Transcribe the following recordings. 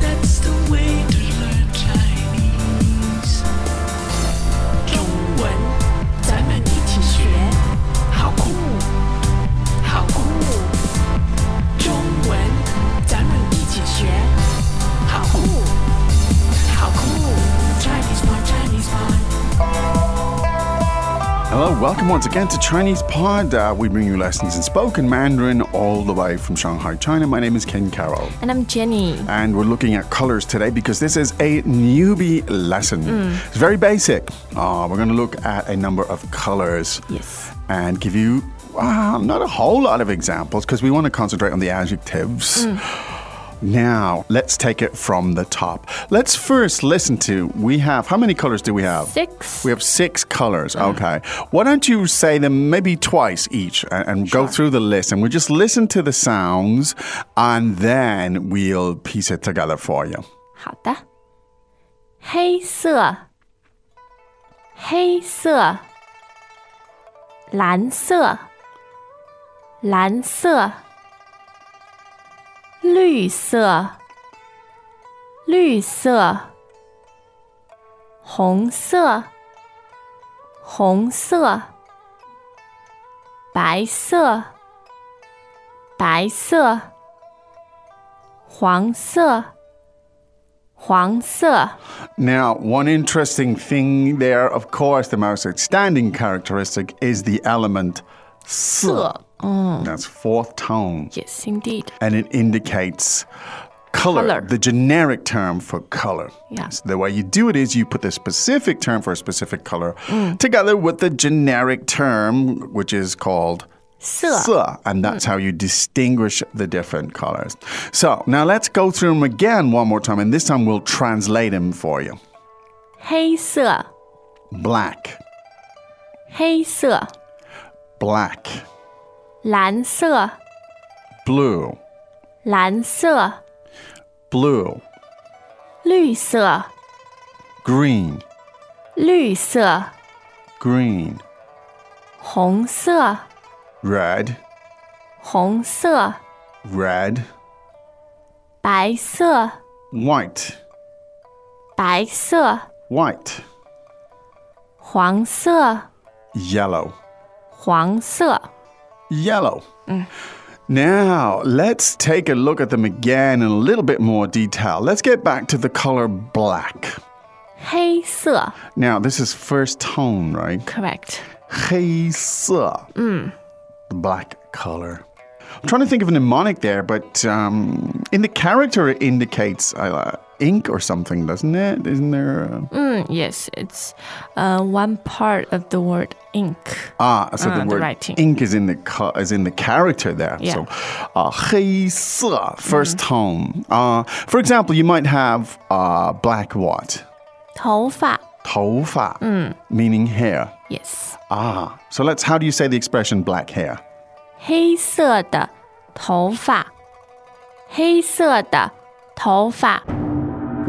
That's the way to learn Chinese。中文，咱们一起学，好酷，好酷。中文，咱们一起学，好酷，好酷。Chinese one, Chinese one。 Hello, welcome once again to Chinese Pod. Uh, we bring you lessons in spoken Mandarin all the way from Shanghai, China. My name is Ken Carroll, And I'm Jenny. and we're looking at colors today because this is a newbie lesson. It's very basic. Uh, we're going to look at a number of colors Yes. and give you uh, not a whole lot of examples because we want to concentrate on the adjectives. Now, let's take it from the top. Let's first listen to we have how many colors do we have? Six. We have six colors. Okay. Why don't you say them maybe twice each and, and go through the list and we'll just listen to the sounds and then we'll piece it together for you. 好的，黑色，黑色，蓝色，蓝色，绿色，绿色，红色，红色，白色，白色，黄色。黄色， Now, one interesting thing there, of course, the most outstanding characteristic is the element 色. That's fourth tone. Yes, indeed. and it indicates color, Color. the generic term for color. Yeah. So the way you do it is you put the specific term for a specific color Mm. together with the generic term, which is called. 色 se, and Mm. that's how you distinguish the different colors. So now let's go through them again one more time, and this time we'll translate them for you. 黑色， Black, 黑色， black, 蓝色， blue, 蓝色， blue, 绿色， green, 绿色， green, 红色， red, 红色， red, 白色， white, 白色， white. 黄色， yellow. 黄色， Yellow. Now, let's take a look at them again in a little bit more detail. Let's get back to the color black. 黑色。 Now, this is first tone, right? Correct. 黑色. The black color. I'm trying to think of a mnemonic there, but um, in the character, it indicates uh, ink or something, doesn't it? Isn't there? uh, A... Mm, yes, it's uh, one part of the word ink. Ah, so the the word writing. ink is in the co- is in the character there. Yeah. Mm. So, uh, 黑色, first tone. Uh, for example, you might have uh, black what? 头发。头发, Mm. meaning hair. Yes. Ah, so let's. How do you say the expression black hair? 黑色的头发，黑色的头发。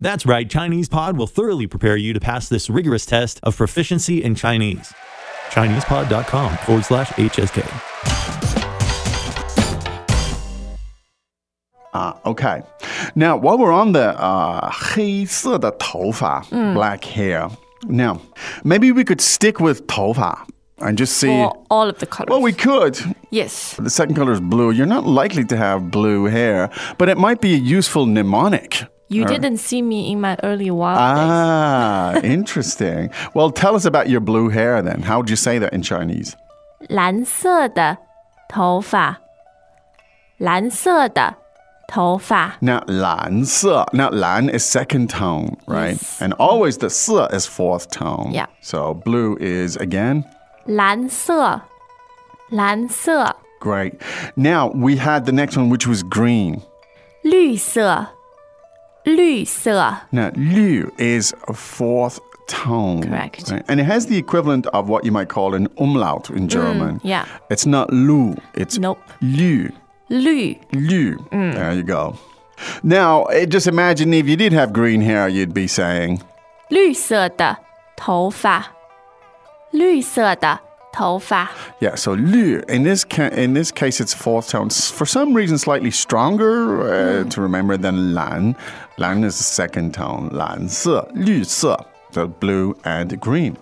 That's right, Chinese Pod will thoroughly prepare you to pass this rigorous test of proficiency in Chinese. ChinesePod.com forward slash HSK. Ah, okay. Now, while we're on the uh, 黑色的头发, Mm. black hair. Now, maybe we could stick with 头发 and just see. For all of the colors. well, we could. yes. The second color is blue. You're not likely to have blue hair, but it might be a useful mnemonic. You didn't see me in my early wild days. Ah, interesting. Well, tell us about your blue hair then. How would you say that in Chinese? 蓝色的头发，蓝色的头发。 Now, 蓝色. Now, 蓝 is second tone, right? And always the 色 is fourth tone. Yeah. So blue is again 蓝色，蓝色， great. Now, we had the next one, which was green. 绿色，绿色 Now, liu is a fourth tone. Correct. Mm, right? And it has the equivalent of what you might call an umlaut in German. yeah. It's not lu, it's Nope. liu. 绿 Liu. There you go. Now, eh, just imagine if you did have green hair, you'd be saying, 绿色的头发，绿色的头发， yeah, so liu. In this, ca- in this case, it's fourth tone. S- For some reason, slightly stronger uh, to remember than lan. Lan is the second tone. Lan se, liu se. So blue and green.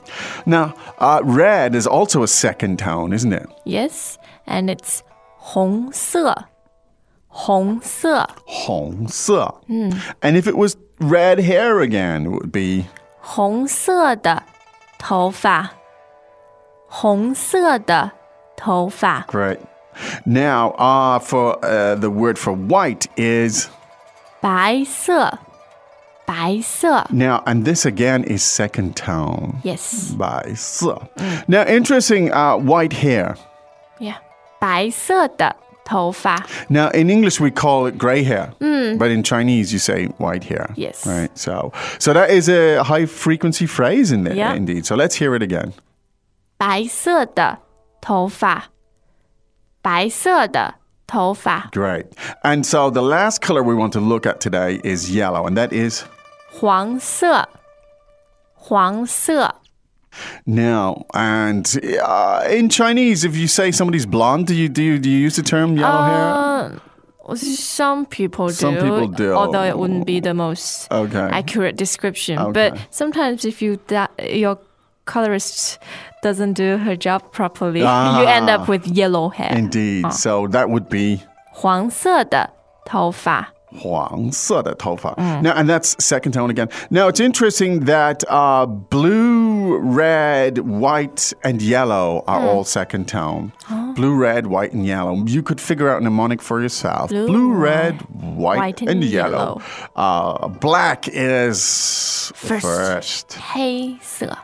Now, uh, red is also a second tone, isn't it? Yes, and it's 红色，红色 Hong se. And if it was red hair again, it would be 红色的头发，红色的头发 Great. Now, uh, for uh, the word for white is 白色，白色。 now, and this again is second tone. Yes, By so. Now, interesting. Uh, white hair. yeah，白色的头发。 Now, in English, we call it gray hair, but in Chinese, you say white hair. Mm. Yes. Right. So, so that is a high frequency phrase in there, Yeah. indeed. So let's hear it again. 白色的头发，白色的头发， Great. And so the last color we want to look at today is yellow, and that is 黄色，黄色， Now and uh, in Chinese, if you say somebody's blonde, do you do you, do you use the term yellow Uh, Some people do. Some people do. Although it wouldn't be the most Okay. accurate description. But Okay. sometimes if you da- your colorist doesn't do her job properly, Ah. you end up with yellow hair. hair? Indeed. So that would be 黄色的头发. huang Now and that's second tone again. Now it's interesting that uh, blue, red, white, and yellow are all second tone. Blue, red, white, and yellow. You could figure out mnemonic for yourself. Blue, red, white, white, and, and yellow. Uh, black is First. first.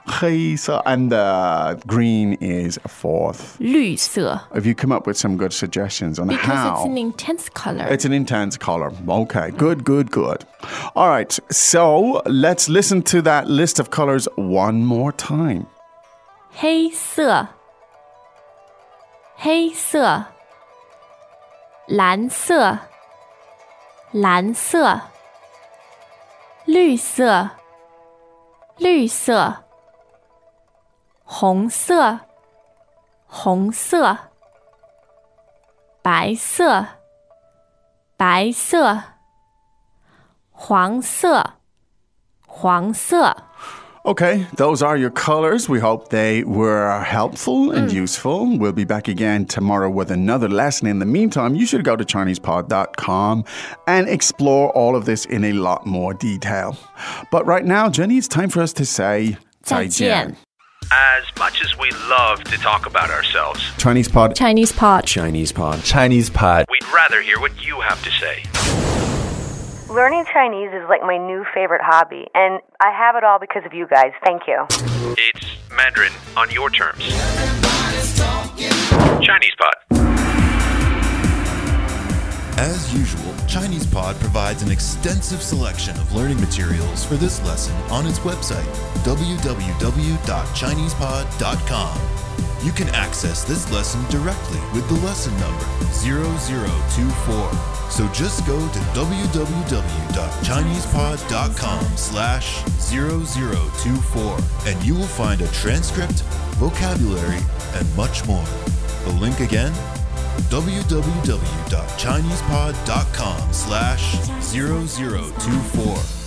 Geisa, and the green is a fourth. 黑色,绿色. If you come up with some good suggestions on Because how. it's an intense color. It's an intense color. Okay, good, good, good. All right, so let's listen to that list of colors one more time. 黑色，黑色，蓝色，蓝色，绿色，绿色，红色，红色，白色，白色，黄色，黄色。 Okay, those are your colors. We hope they were helpful and useful. We'll be back again tomorrow with another lesson. In the meantime, you should go to ChinesePod.com and explore all of this in a lot more detail. But right now, Jenny, it's time for us to say 再见. As much as we love to talk about ourselves, Chinese Pod. Chinese pot. Chinese pod. Chinese pod. we'd rather hear what you have to say. Learning Chinese is like my new favorite hobby, and I have it all because of you guys. Thank you. It's Mandarin on your terms. Chinese Pod. As usual, ChinesePod provides an extensive selection of learning materials for this lesson on its website, www.chinesepod.com. You can access this lesson directly with the lesson number 0024. So just go to www.chinesepod.com slash 0024 and you will find a transcript, vocabulary, and much more. The link again www.chinesepod.com slash 0024